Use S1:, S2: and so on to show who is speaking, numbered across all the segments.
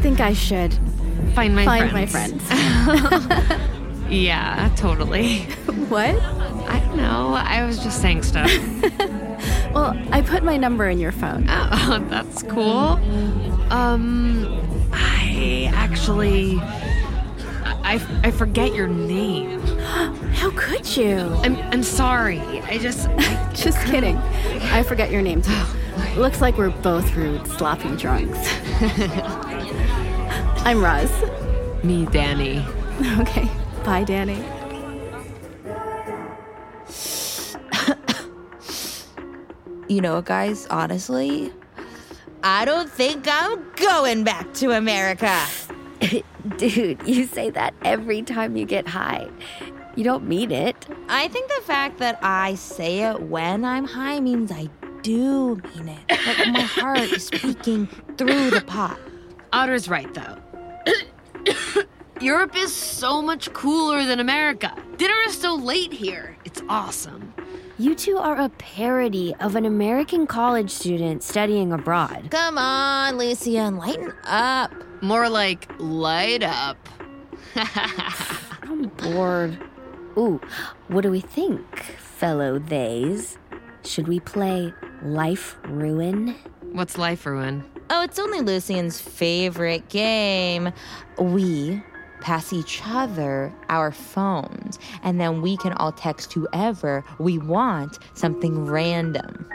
S1: think I should
S2: Find my
S1: find my
S2: friends.
S1: friends.
S2: Yeah, totally.
S1: what?
S2: I don't know. I was just saying stuff.
S1: Well, I put my number in your phone.
S3: Uh.
S2: oh, that's cool. Um, I actually, I, I forget your name.
S1: How could you?
S2: I'm I'm sorry. I just I,
S1: Just kidding. I forget your name too. Looks like we're both rude, sloppy drunks. I'm Roz.
S2: me, Danny.
S1: Okay. Bye, Danny.
S4: You know, guys, honestly, I don't think I'm going back to America.
S3: Dude, you say that every time you get high. You don't mean it.
S4: I think the fact that I say it when I'm high means I do mean it. Like my heart is speaking through the pot.
S2: Otter's right though. Europe is so much cooler than America. Dinner is so late here. It's awesome.
S3: You two are a parody of an American college student studying abroad.
S4: Come on, Lucia, lighten up.
S2: More like light up.
S3: I'm bored. Ooh, what do we think, fellow theys? Should we play Life Ruin?
S2: What's life ruin?
S4: Oh, it's only Lucian's favorite game. We pass each other our phones, and then we can all text whoever we want something random.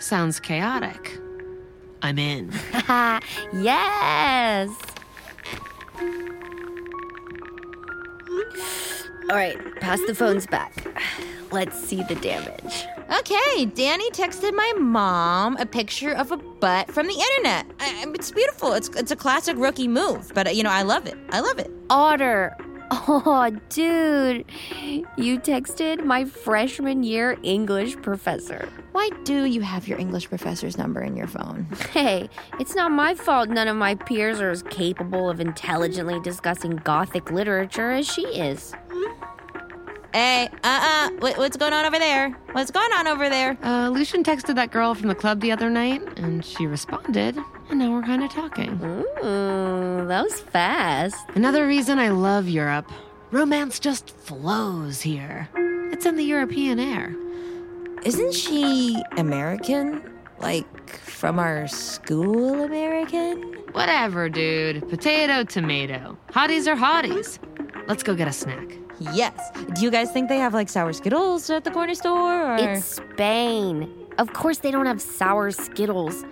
S2: Sounds chaotic. I'm in.
S3: Ha! yes! All right, pass the phones back. Let's see the damage.
S4: Okay, Danny texted my mom a picture of a butt from the internet. I, I- it's beautiful. It's, it's a classic rookie move, but uh, you know, I love it. I love it.
S3: Otter. Oh, dude. You texted my freshman year English professor.
S4: Why do you have your English professor's number in your phone?
S3: Hey, it's not my fault none of my peers are as capable of intelligently discussing Gothic literature as she is.
S4: Hey, uh uh, what, what's going on over there? What's going on over there?
S2: Uh, Lucian texted that girl from the club the other night, and she responded, and now we're kind of talking.
S3: Ooh, that was fast.
S2: Another reason I love Europe romance just flows here. It's in the European air.
S4: Isn't she American? Like from our school American?
S2: Whatever, dude. Potato, tomato. Hotties are hotties. Let's go get a snack.
S4: Yes. Do you guys think they have like sour Skittles at the corner store? Or?
S3: It's Spain. Of course, they don't have sour Skittles.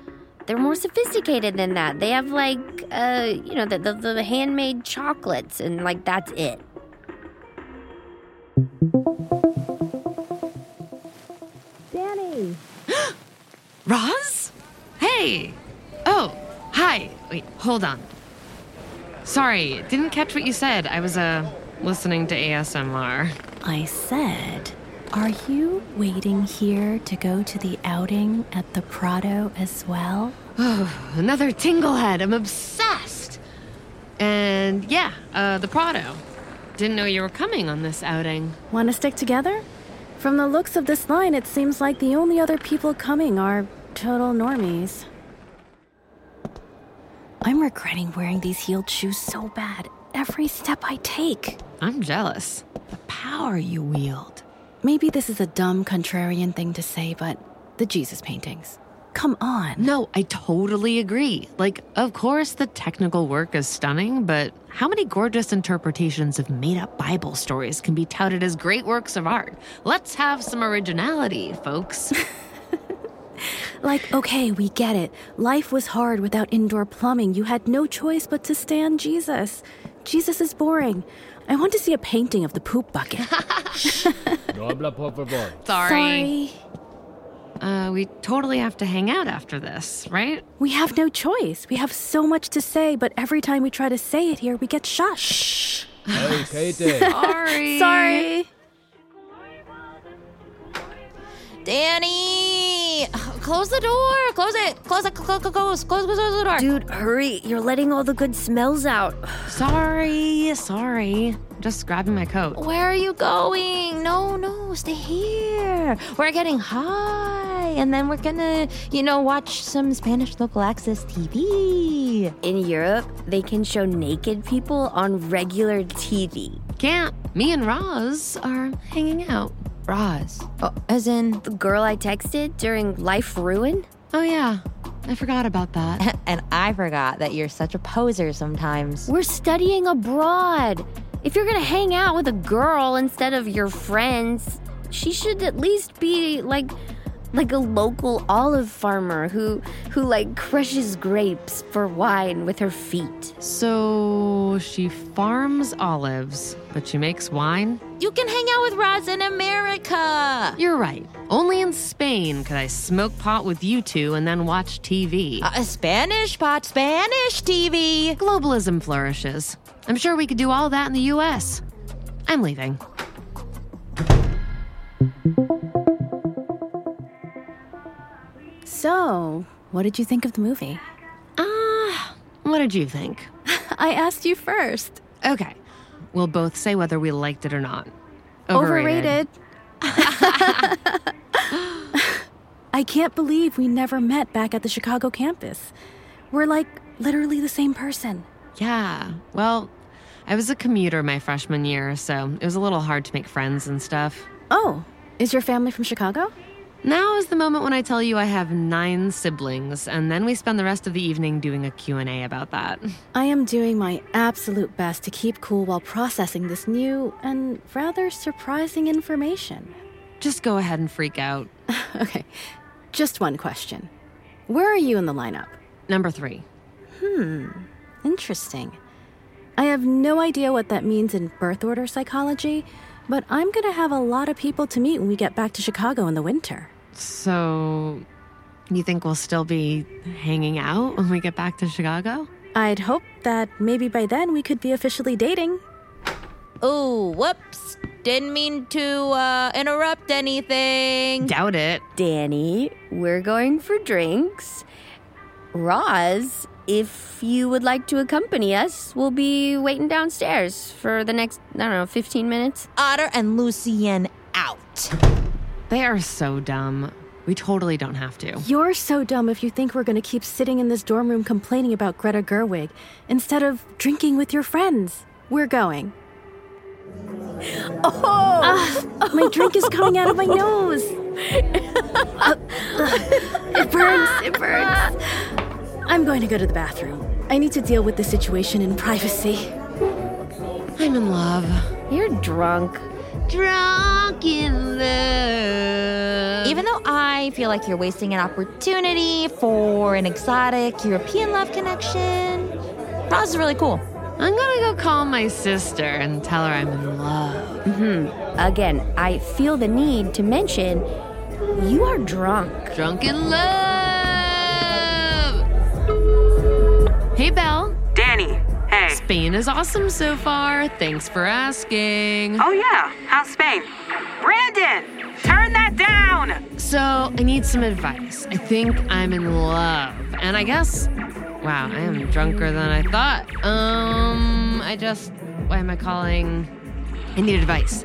S3: They're more sophisticated than that. They have, like, uh, you know, the, the, the handmade chocolates, and, like, that's it.
S2: Roz? Hey! Oh, hi. Wait, hold on. Sorry, didn't catch what you said. I was, uh, listening to ASMR.
S5: I said, Are you waiting here to go to the outing at the Prado as well?
S2: Another Tinglehead. I'm obsessed. And yeah, uh, the Prado. Didn't know you were coming on this outing.
S5: Want to stick together? From the looks of this line, it seems like the only other people coming are total normies. I'm regretting wearing these heeled shoes so bad every step I take.
S2: I'm jealous. The power you wield.
S5: Maybe this is a dumb, contrarian thing to say, but the Jesus paintings. Come on.
S2: No, I totally agree. Like, of course, the technical work is stunning, but how many gorgeous interpretations of made up Bible stories can be touted as great works of art? Let's have some originality, folks.
S5: Like, okay, we get it. Life was hard without indoor plumbing. You had no choice but to stand Jesus. Jesus is boring. I want to see a painting of the poop bucket.
S6: No habla, por favor.
S5: Sorry.
S2: Uh, we totally have to hang out after this, right?
S5: We have no choice. We have so much to say, but every time we try to say it here, we get shushed.
S6: Hey, Katie.
S2: Sorry.
S5: Sorry.
S4: Danny! Close the door! Close it! Close it! Close, close, close, close, close the door!
S3: Dude, hurry. You're letting all the good smells out.
S2: Sorry, sorry. Just grabbing my coat.
S4: Where are you going? No, no, stay here. We're getting high. and then we're gonna, you know, watch some Spanish local access TV.
S3: In Europe, they can show naked people on regular TV.
S2: Can't. Me and Roz are hanging out.
S4: Roz. Oh, as in,
S3: The girl I texted during Life Ruin?
S2: Oh, yeah. I forgot about that.
S4: and I forgot that you're such a poser sometimes.
S3: We're studying abroad. If you're gonna hang out with a girl instead of your friends, she should at least be like like a local olive farmer who who like crushes grapes for wine with her feet.
S2: So she farms olives, but she makes wine?
S4: You can hang out with Roz in America.
S2: You're right. Only in Spain could I smoke pot with you two and then watch TV.
S4: Uh, Spanish pot, Spanish TV.
S2: Globalism flourishes. I'm sure we could do all that in the US. I'm leaving.
S5: So, what did you think of the movie?
S2: Ah, what did you think?
S5: I asked you first.
S2: Okay. We'll both say whether we liked it or not.
S5: Overrated. I can't believe we never met back at the Chicago campus. We're like literally the same person.
S2: Yeah. Well, I was a commuter my freshman year, so it was a little hard to make friends and stuff.
S5: Oh, is your family from Chicago?
S2: Now is the moment when I tell you I have 9 siblings and then we spend the rest of the evening doing a Q&A about that.
S5: I am doing my absolute best to keep cool while processing this new and rather surprising information.
S2: Just go ahead and freak out.
S5: Okay, just one question. Where are you in the lineup?
S2: Number 3.
S5: Interesting. I have no idea what that means in birth order psychology, but I'm going to have a lot of people to meet when we get back to Chicago in the winter.
S2: So you think we'll still be hanging out when we get back to Chicago?
S5: I'd hope that maybe by then we could be officially dating.
S4: Ooh, whoops. Didn't mean to uh, interrupt anything.
S2: Doubt it.
S3: Danny, we're going for drinks. Roz, if you would like to accompany us, we'll be waiting downstairs for the next, I don't know, 15 minutes.
S4: Otter and Lucien out.
S2: They are so dumb. We totally don't have to.
S5: You're so dumb if you think we're going to keep sitting in this dorm room complaining about Greta Gerwig instead of drinking with your friends. We're going. Oh! my drink is coming out of my nose. it burns. It burns. I'm going to go to the bathroom. I need to deal with the situation in privacy.
S2: I'm in love.
S3: You're drunk.
S2: Drunk in love.
S4: Even though I feel like you're wasting an opportunity for an exotic European love connection, Roz is really cool.
S2: I'm gonna go call my sister and tell her I'm in love.
S3: Again, I feel the need to mention you are drunk.
S2: Drunk in love. Hey, Belle.
S7: Danny, hey.
S2: Spain is awesome so far. Thanks for asking.
S7: Oh, yeah. How's Spain? Brandon, turn that down.
S2: So, I need some advice. I think I'm in love. And I guess, wow, I am drunker than I thought. Um, I just, why am I calling? I need advice.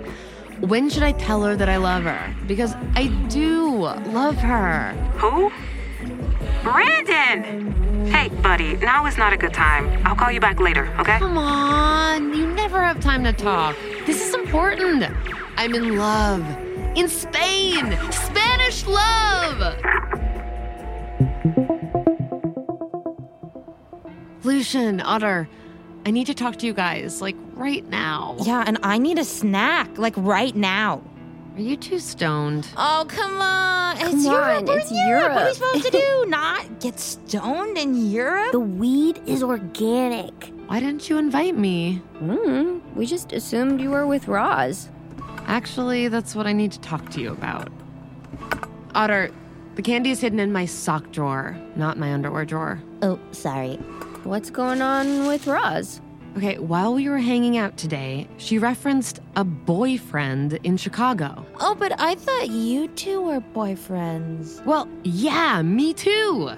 S2: When should I tell her that I love her? Because I do love her.
S7: Who? Brandon! Hey, buddy, now is not a good time. I'll call you back later, okay?
S2: Come on, you never have time to talk. This is important. I'm in love. In Spain! Spanish love! Lucian, Otter, I need to talk to you guys, like right now.
S4: Yeah, and I need a snack, like right now.
S2: Are you too stoned?
S4: Oh, come on. it's
S3: Come
S4: Europe.
S3: on,
S4: We're
S3: it's
S4: in Europe. What are we
S3: Europe.
S4: supposed to do? Not get stoned in Europe?
S3: The weed is organic.
S2: Why didn't you invite me?
S3: Mm, we just assumed you were with Roz.
S2: Actually, that's what I need to talk to you about. Otter, the candy is hidden in my sock drawer, not my underwear drawer.
S4: Oh, sorry.
S3: What's going on with Roz?
S2: Okay, while we were hanging out today, she referenced a boyfriend in Chicago.
S4: Oh, but I thought you two were boyfriends.
S2: Well, yeah, me too.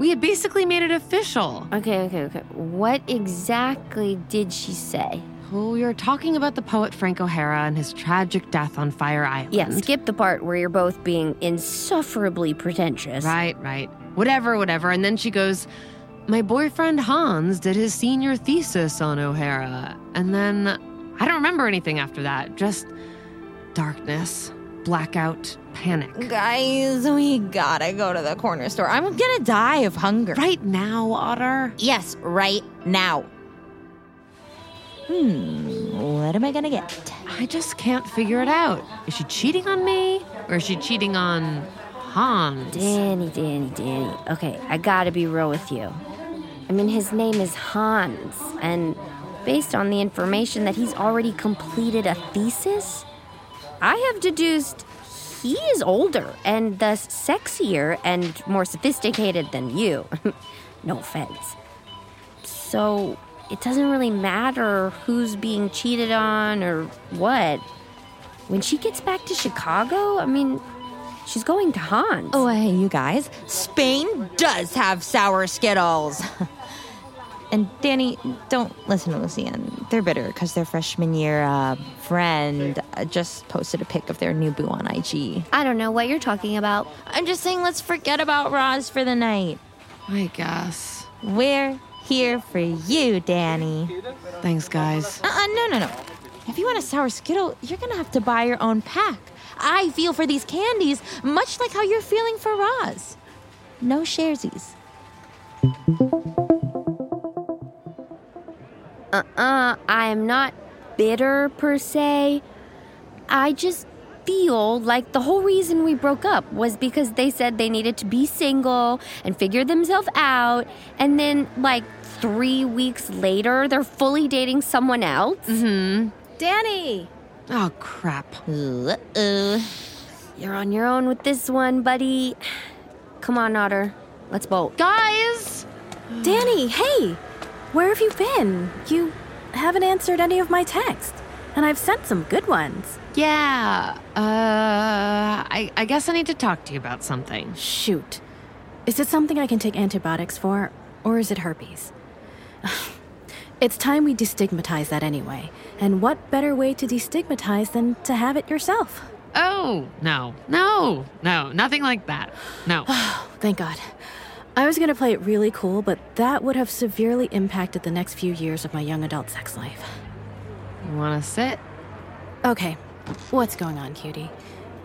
S2: We had basically made it official.
S3: Okay, okay, okay. What exactly did she say?
S2: Oh, we were talking about the poet Frank O'Hara and his tragic death on Fire Island.
S3: Yeah, skip the part where you're both being insufferably pretentious.
S2: Right, right. Whatever, whatever. And then she goes, My boyfriend Hans did his senior thesis on O'Hara. And then I don't remember anything after that. Just darkness, blackout, panic.
S4: Guys, we gotta go to the corner store. I'm gonna die of hunger.
S2: Right now, Otter.
S4: Yes, right now. Hmm, what am I gonna get?
S2: I just can't figure it out. Is she cheating on me? Or is she cheating on Hans?
S3: Danny, Danny, Danny. Okay, I gotta be real with you. I mean, his name is Hans, and based on the information that he's already completed a thesis, I have deduced he is older and thus sexier and more sophisticated than you. no offense. So it doesn't really matter who's being cheated on or what. When she gets back to Chicago, I mean, she's going to Hans.
S4: Oh, hey, you guys. Spain does have sour Skittles. and Danny, don't listen to Lucian. They're bitter because their freshman year uh, friend uh, just posted a pic of their new boo on IG.
S3: I don't know what you're talking about.
S4: I'm just saying, let's forget about Roz for the night.
S2: I guess.
S4: We're here for you, Danny.
S2: Thanks, guys.
S4: Uh-uh, no, no, no. If you want a sour Skittle, you're gonna have to buy your own pack. I feel for these candies, much like how you're feeling for Roz. No sharesies.
S3: Uh, I am not bitter per se. I just feel like the whole reason we broke up was because they said they needed to be single and figure themselves out. And then, like, three weeks later, they're fully dating someone else.
S5: Danny!
S2: Oh, crap.
S4: Uh-oh.
S3: You're on your own with this one, buddy. Come on, Otter. Let's bolt.
S2: Guys!
S5: Danny, hey! Where have you been? You haven't answered any of my texts, and I've sent some good ones.
S2: Yeah. Uh, I, I guess I need to talk to you about something.
S5: Shoot. Is it something I can take antibiotics for, or is it herpes? it's time we destigmatize that anyway. And what better way to destigmatize than to have it yourself?
S2: Oh, no. No. No. Nothing like that. No.
S5: Thank God. I was going to play it really cool, but that would have severely impacted the next few years of my young adult sex life.
S2: You want to sit?
S5: Okay, what's going on, cutie?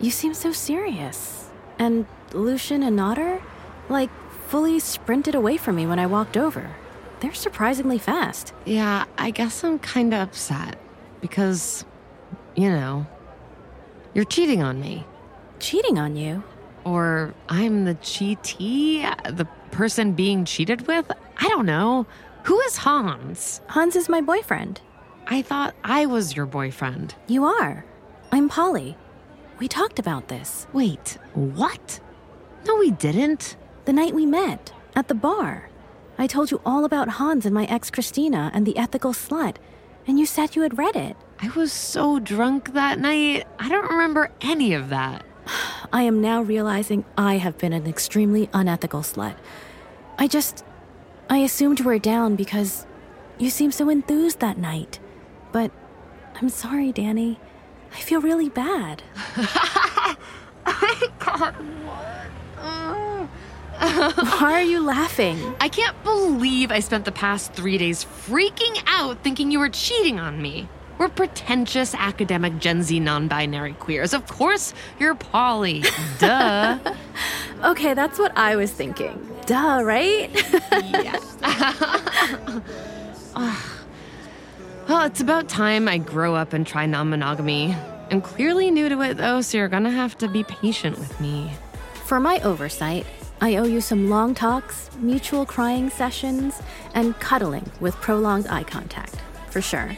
S5: You seem so serious. And Lucian and Otter, like, fully sprinted away from me when I walked over. They're surprisingly fast.
S2: Yeah, I guess I'm kind of upset because, you know, you're cheating on me.
S5: Cheating on you?
S2: Or I'm the cheatee, the person being cheated with? I don't know. Who is Hans?
S5: Hans is my boyfriend.
S2: I thought I was your boyfriend.
S5: You are. I'm Polly. We talked about this
S2: Wait, what? No, we didn't.
S5: the night we met at the bar. I told you all about Hans and my ex Christina and the ethical slut, and you said you had read it.
S2: I was so drunk that night. I don't remember any of that.
S5: I am now realizing I have been an extremely unethical slut. I just. I assumed you were down because you seemed so enthused that night. But I'm sorry, Danny. I feel really bad. Why are you laughing?
S2: I can't believe I spent the past three days freaking out thinking you were cheating on me. We're pretentious academic Gen Z non binary queers. Of course, you're Polly. Duh.
S5: Okay, that's what I was thinking. Duh, right?
S2: Well, it's about time I grow up and try non monogamy. I'm clearly new to it though, so you're gonna have to be patient with me.
S5: For my oversight, I owe you some long talks, mutual crying sessions, and cuddling with prolonged eye contact, for sure.